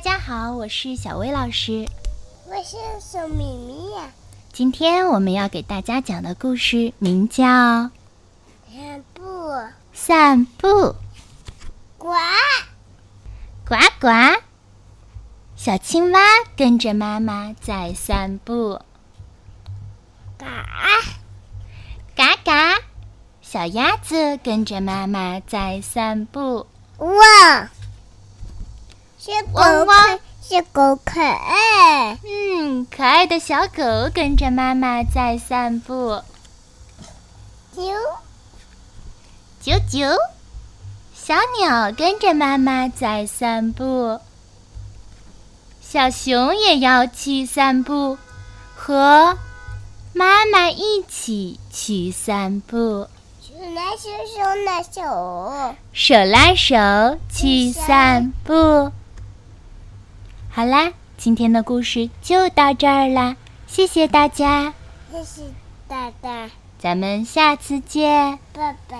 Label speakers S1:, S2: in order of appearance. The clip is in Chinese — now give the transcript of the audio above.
S1: 家好，我是小薇老师。
S2: 我是小咪咪呀、
S1: 今天我们要给大家讲的故事名叫《
S2: 嗯不，
S1: 散步》。
S2: 呱，
S1: 呱呱！小青蛙跟着妈妈在散步，
S2: 嘎，
S1: 嘎嘎！小鸭子跟着妈妈在散步，
S2: 汪，是狗
S1: 汪汪
S2: 可是狗可哎爱，
S1: 嗯，可爱的小狗跟着妈妈在散步，
S2: 啾
S1: 啾啾！小鸟跟着妈妈在散步，小熊也要去散步，和妈妈一起去散步。
S2: 手拉手手拉手，
S1: 手拉手去散步。好啦，今天的故事就到这儿啦，谢谢大家，
S2: 这是大大，
S1: 咱们下次见。
S2: 拜拜。